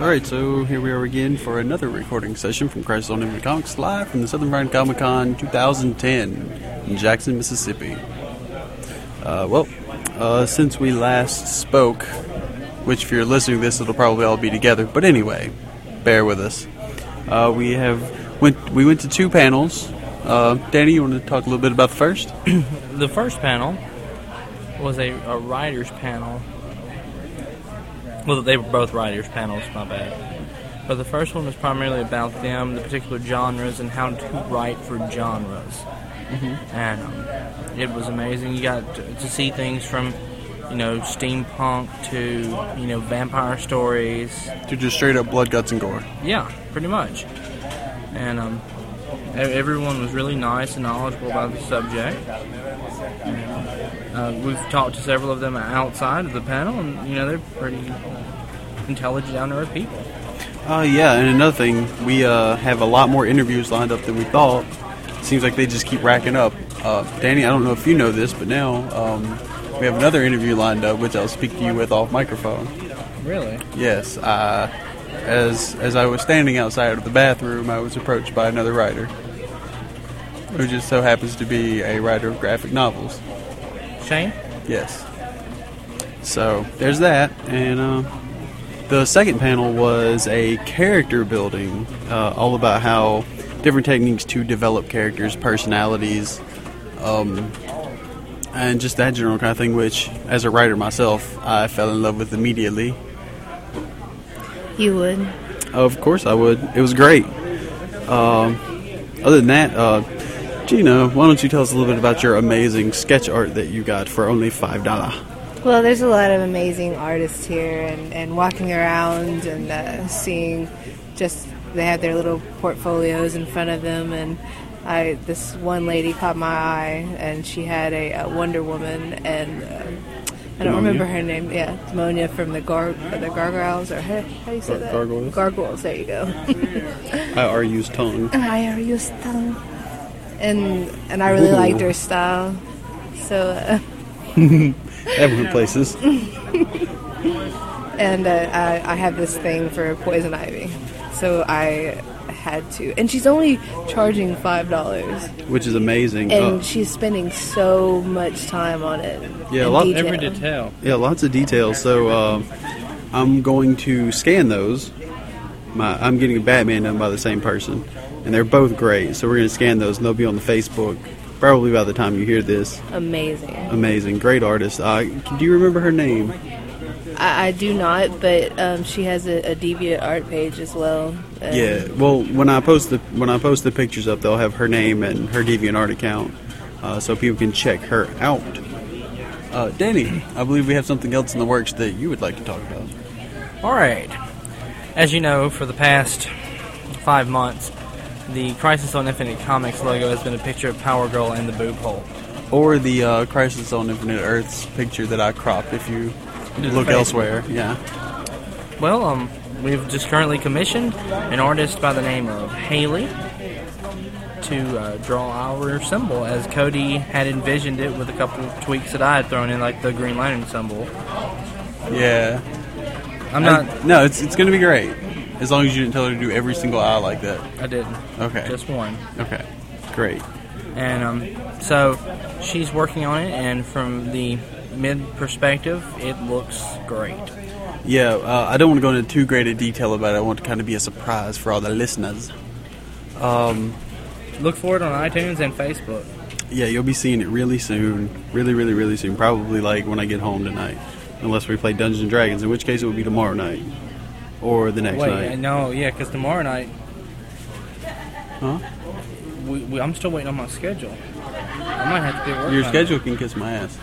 All right, so here we are again for another recording session from Crisis on Infinite Comics live from the Southern Bryan Comic Con 2010 in Jackson, Mississippi. Uh, well, uh, since we last spoke, which if you're listening to this, it'll probably all be together. But anyway, bear with us. Uh, we have went we went to two panels. Uh, Danny, you want to talk a little bit about the first? The first panel was a, a writer's panel. Well, they were both writer's panels, my bad. But the first one was primarily about them, the particular genres, and how to write for genres. And um, it was amazing. You got to, to see things from, you know, steampunk to, you know, vampire stories, to just straight up blood, guts, and gore. yeah, pretty much. And um, e- everyone was really nice and knowledgeable about the subject. Uh, we've talked to several of them outside of the panel, and you know they're pretty intelligent, down to earth people. Uh, yeah, and another thing, we uh, have a lot more interviews lined up than we thought. Seems like they just keep racking up. Uh, Danny, I don't know if you know this, but now um, we have another interview lined up, which I'll speak to you with off microphone. Really? Yes, uh, as as I was standing outside of the bathroom, I was approached by another writer, who just so happens to be a writer of graphic novels. Shane? Yes. So there's that, and uh, the second panel was a character building, uh, all about how different techniques to develop characters, personalities, um, and just that general kind of thing. Which, as a writer myself, I fell in love with immediately. You would. Of course, I would. It was great. Um, other than that, uh, Gina, why don't you tell us a little bit about your amazing sketch art that you got for only five dollars? Well, there's a lot of amazing artists here, and, and walking around and uh, seeing just they have their little portfolios in front of them. And I, this one lady caught my eye, and she had a, uh Wonder Woman, and uh, I don't Demonia? remember her name. Yeah, Demonia from the gar the Gargoyles, or how, how do you say Gar- that? Gargoyles? Gargoyles. There you go. I are use tongue. I are you still? And and I really Ooh. liked her style. So. Uh, Everyone places. and uh, I, I have this thing for poison ivy, so I had to. And she's only charging five dollars, Which is amazing. and Uh, she's spending so much time on it. Yeah, a in lot- detail. Every detail. yeah, lots of details. So uh, I'm going to scan those. My, I'm getting a Batman done by the same person, and they're both great. So we're going to scan those, and they'll be on the Facebook probably by the time you hear this. Amazing. Amazing, great artist. Uh, do you remember her name? I, I do not, but um, she has a, a deviant art page as well. and- Yeah. Well, when I post the when I post the pictures up, they'll have her name and her DeviantArt account, uh, so people can check her out. Uh, Danny, I believe we have something else in the works that you would like to talk about. All right. As you know, for the past five months, the Crisis on Infinite Comics logo has been a picture of Power Girl and the boob hole. Or the uh, Crisis on Infinite Earths picture that I cropped. If you look Facebook. elsewhere, yeah. Well, um, we've just currently commissioned an artist by the name of Haley to uh, draw our symbol as Cody had envisioned it with a couple of tweaks that I had thrown in, like the Green Lantern symbol. Yeah. I'm not. I- no, it's it's gonna be great. As long as you didn't tell her to do every single eye like that. I didn't. Okay. Just one. Okay. Great. And um, so she's working on it, and from the mid perspective, it looks great. Yeah, uh, I don't want to go into too great a detail about it. I want to kind of be a surprise for all the listeners. Look for it on iTunes and Facebook. Yeah, you'll be seeing it really soon. Really, really, really soon. Probably like when I get home tonight. Unless we play Dungeons and Dragons, in which case it will be tomorrow night. Or the next Wait, night. no, yeah, because tomorrow night, Huh? we, we, I'm still waiting on my schedule. I might have to do work. Your on it. schedule can kiss my ass.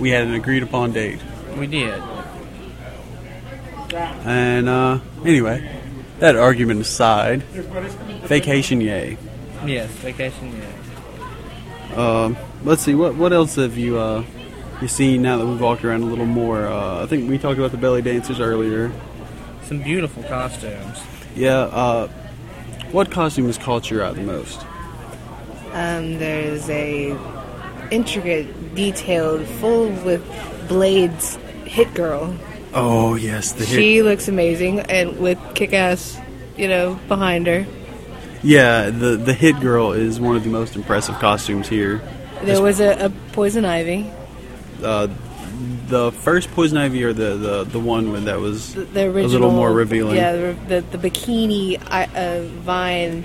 We had an agreed upon date. We did. And uh anyway, that argument aside, vacation yay. Yes, vacation. Yeah. Um let's see what what else have you uh you seen now that we've walked around a little more? Uh, I think we talked about the belly dancers earlier. Some beautiful costumes. Yeah, uh what costume has caught your eye the most? Um, there's a intricate, detailed, full with blades hit girl. Oh yes, the hair- She looks amazing and with kick ass, you know, behind her. yeah the the hit girl is one of the most impressive costumes here. There was a, a poison ivy. Uh, the first poison ivy or the the, the one with that was The, the original, a little more revealing. Yeah, the, the, the bikini I- uh, vine.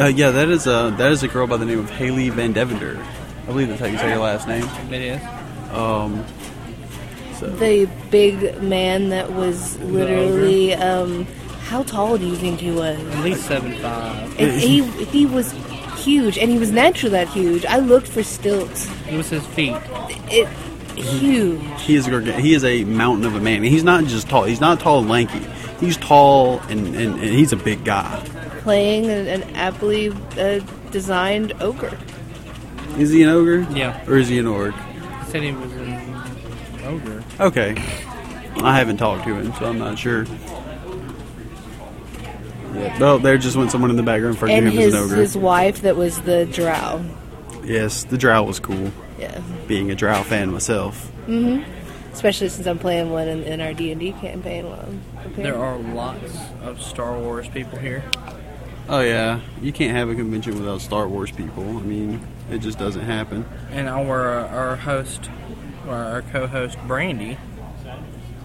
Uh, yeah, that is a that is a girl by the name of Haley Van Devender. I believe that's how you say her last name. It is. Um, so The big man that was literally. Um, how tall do you think he was? At least seven five. And he he was huge, and he was naturally that huge. I looked for stilts. It was his feet. It huge. he is a gorg- he is a mountain of a man. And he's not just tall. He's not tall and lanky. He's tall and, and, and he's a big guy. playing an, an aptly uh, designed ogre. Is he an ogre? Yeah. Or is he an orc? He said he was an ogre. Okay. I haven't talked to him, so I'm not sure. Yeah. Oh, there just went someone in the background for And him as his, an ogre. his wife that was the drow. Yes, the drow was cool. Yeah. Being a drow fan myself. Especially since I'm playing one in, in our D&D campaign. While I'm preparing. There are lots of Star Wars people here. Oh yeah, you can't have a convention without Star Wars people. I mean, it just doesn't happen. and our uh, our host, or our co-host Brandy,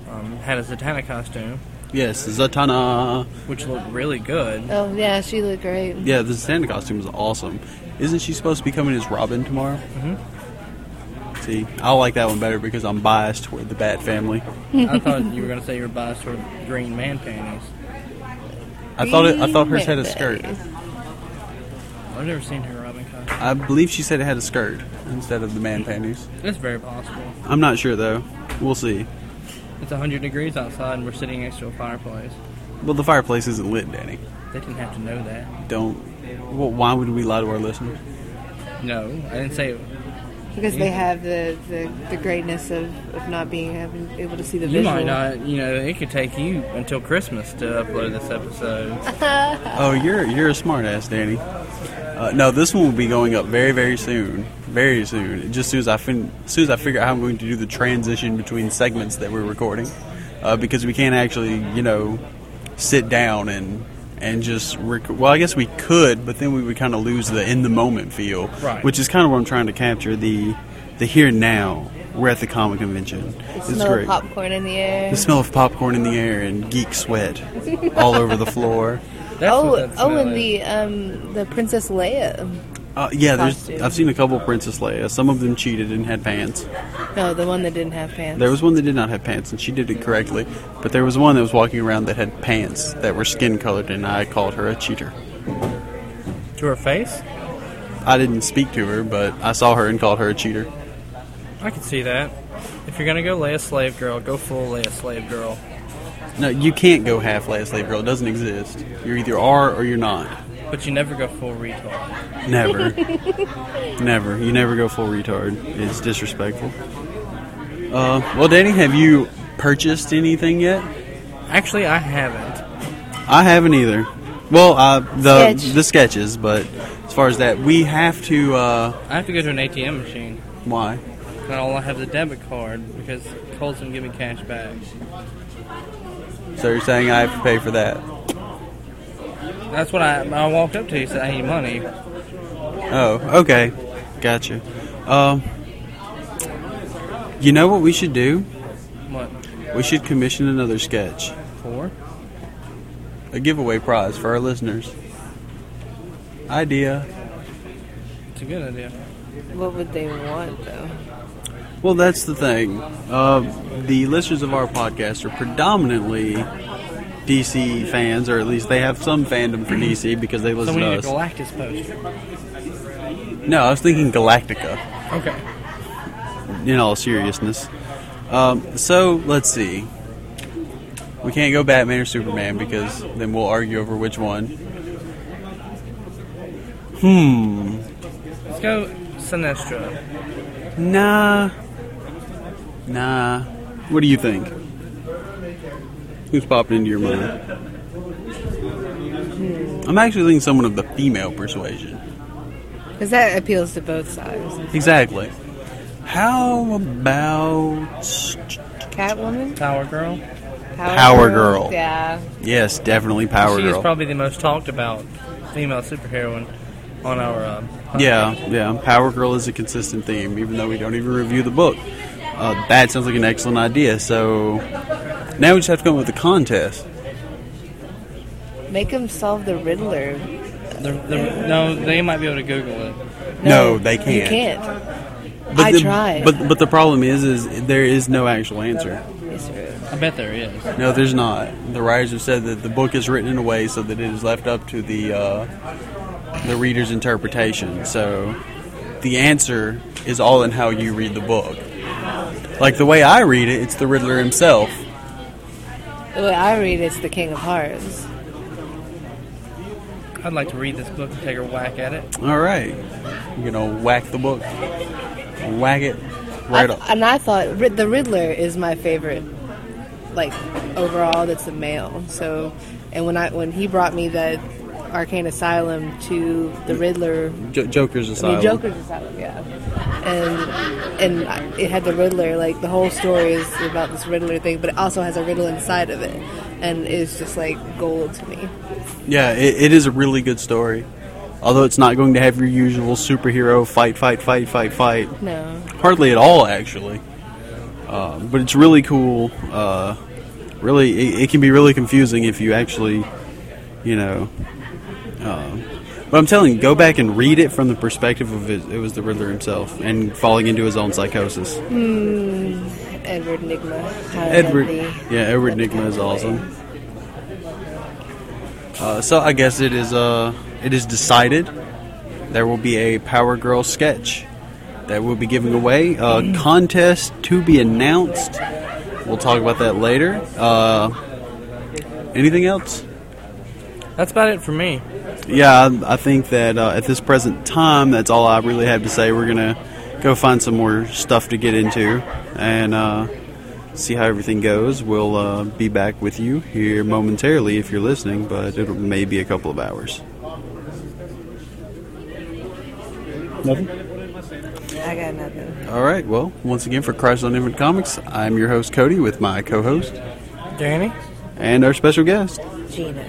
um, had a Zatanna costume, Yes, Zatanna. which looked really good. Oh, yeah, she looked great. Yeah, the Santa costume is awesome. Isn't she supposed to be coming as Robin tomorrow? Mm-hmm. See, I like that one better because I'm biased toward the Bat family. I thought you were gonna say you were biased toward green man panties. I thought it, I thought hers had a skirt. I've never seen her Robin costume. I believe she said it had a skirt instead of the man panties. It's very possible. I'm not sure though. We'll see. It's 100 degrees outside, and we're sitting next to a fireplace. Well, the fireplace isn't lit, Danny. They didn't have to know that. Don't. Well, why would we lie to our listeners? No, I didn't say. It. Because they have the, the, the greatness of, of not being having, able to see the You visual. might not. You know, it could take you until Christmas to upload this episode. Oh, you're you're a smartass, Danny. Uh, no, this one will be going up very, very soon, very soon. Just soon as I fin- as soon as I figure out how I'm going to do the transition between segments that we're recording, uh, because we can't actually, you know, sit down and and just rec- well, I guess we could, but then we would kind of lose the in the moment feel, Right. which is kind of what I'm trying to capture the the here and now. We're at the comic convention. The It's smell great. of popcorn in the air. the smell of popcorn in the air and geek sweat all over the floor. That's oh, what that oh, smell and is. the um, the Princess Leia. Uh, yeah, there's. costume. I've seen a couple Princess Leia. Some of them cheated and had pants. No, the one that didn't have pants. There was one that did not have pants, and she did it correctly. But there was one that was walking around that had pants that were skin colored, and I called her a cheater. to her face. I didn't speak to her, but I saw her and called her a cheater. I can see that. If you're gonna go lay a slave girl, go full lay a slave girl. No, you can't go half Leia slave girl. It doesn't exist. You either are or you're not. But you never go full retard. Never. never. You never go full retard. It's disrespectful. Uh, well, Danny, have you purchased anything yet? Actually, I haven't. I haven't either. Well, uh, the Sketch. the sketches, but as far as that, we have to. Uh, I have to go to an ATM machine. why? And all I have is a debit card because Cole's gonna give me cash back. So you're saying I have to pay for that? That's what I, I walked up to. He said, I need money. Oh, okay, gotcha. Um, you know what we should do? What? We should commission another sketch, Four? a giveaway prize for our listeners. Idea. It's a good idea. what would they want though? Well, that's the thing. Uh, the listeners of our podcast are predominantly DC fans, or at least they have some fandom for DC because they So listen we to need a us. Galactus poster. No, I was thinking Galactica. Okay. In all seriousness, um, so let's see. We can't go Batman or Superman because then we'll argue over which one. Let's go Sinestro. Nah, nah. What do you think? Who's popping into your mind? I'm actually thinking someone of the female persuasion. Because that appeals to both sides. Exactly. How about Catwoman? Power Girl. Power Girl. Yeah. Yes, definitely Power she is Girl. probably the most talked about female superheroine on our. Uh, podcast. yeah, yeah. Power Girl is a consistent theme, even though we don't even review the book. Uh, that sounds like an excellent idea. So now we just have to come up with a contest. Make them solve the Riddler. They're, they're, no, they might be able to Google it. No, they You can't. can't. But I the, tried. But but the problem is, is there is no actual answer. It's rude. I bet there is. No, there's not. The writers have said that the book is written in a way so that it is left up to the uh, the reader's interpretation. So the answer is all in how you read the book. Like the way I read it, it's the Riddler himself. The way I read it's the King of Hearts. I'd like to read this book and take a whack at it. All right, you gonna whack the book, whack it right I- up. and I thought Rid- the Riddler is my favorite, like overall. That's the male. So, and when I when he brought me the Arcane Asylum to the Riddler, Jo- Joker's I mean asylum. Joker's Asylum, yeah, and and I- it had the Riddler. Like the whole story is about this Riddler thing, but it also has a riddle inside of it, and it's just like gold to me. Yeah, it, it is a really good story. Although it's not going to have your usual superhero fight, fight, fight, fight, fight. No, Hardly at all, actually. Uh, but it's really cool. Uh, really, it, it can be really confusing if you actually, you know. Uh, but I'm telling you, go back and read it from the perspective of it, it was the Riddler himself and falling into his own psychosis. Edward Nigma. Edward, yeah, Edward Nigma is awesome. Uh, so I guess it is uh, it is decided. There will be a Power Girl sketch that we'll be giving away. A contest to be announced. We'll talk about that later. Uh, anything else? That's about it for me. Yeah, I, I think that uh, at this present time, that's all I really have to say. We're gonna go find some more stuff to get into and uh, see how everything goes. We'll uh, be back with you here momentarily if you're listening, but it may be a couple of hours. I got nothing. All right. Well, once again for Christ on Infinite Comics, I'm your host Cody with my co-host Danny? and our special guest. Gina.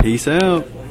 Peace out.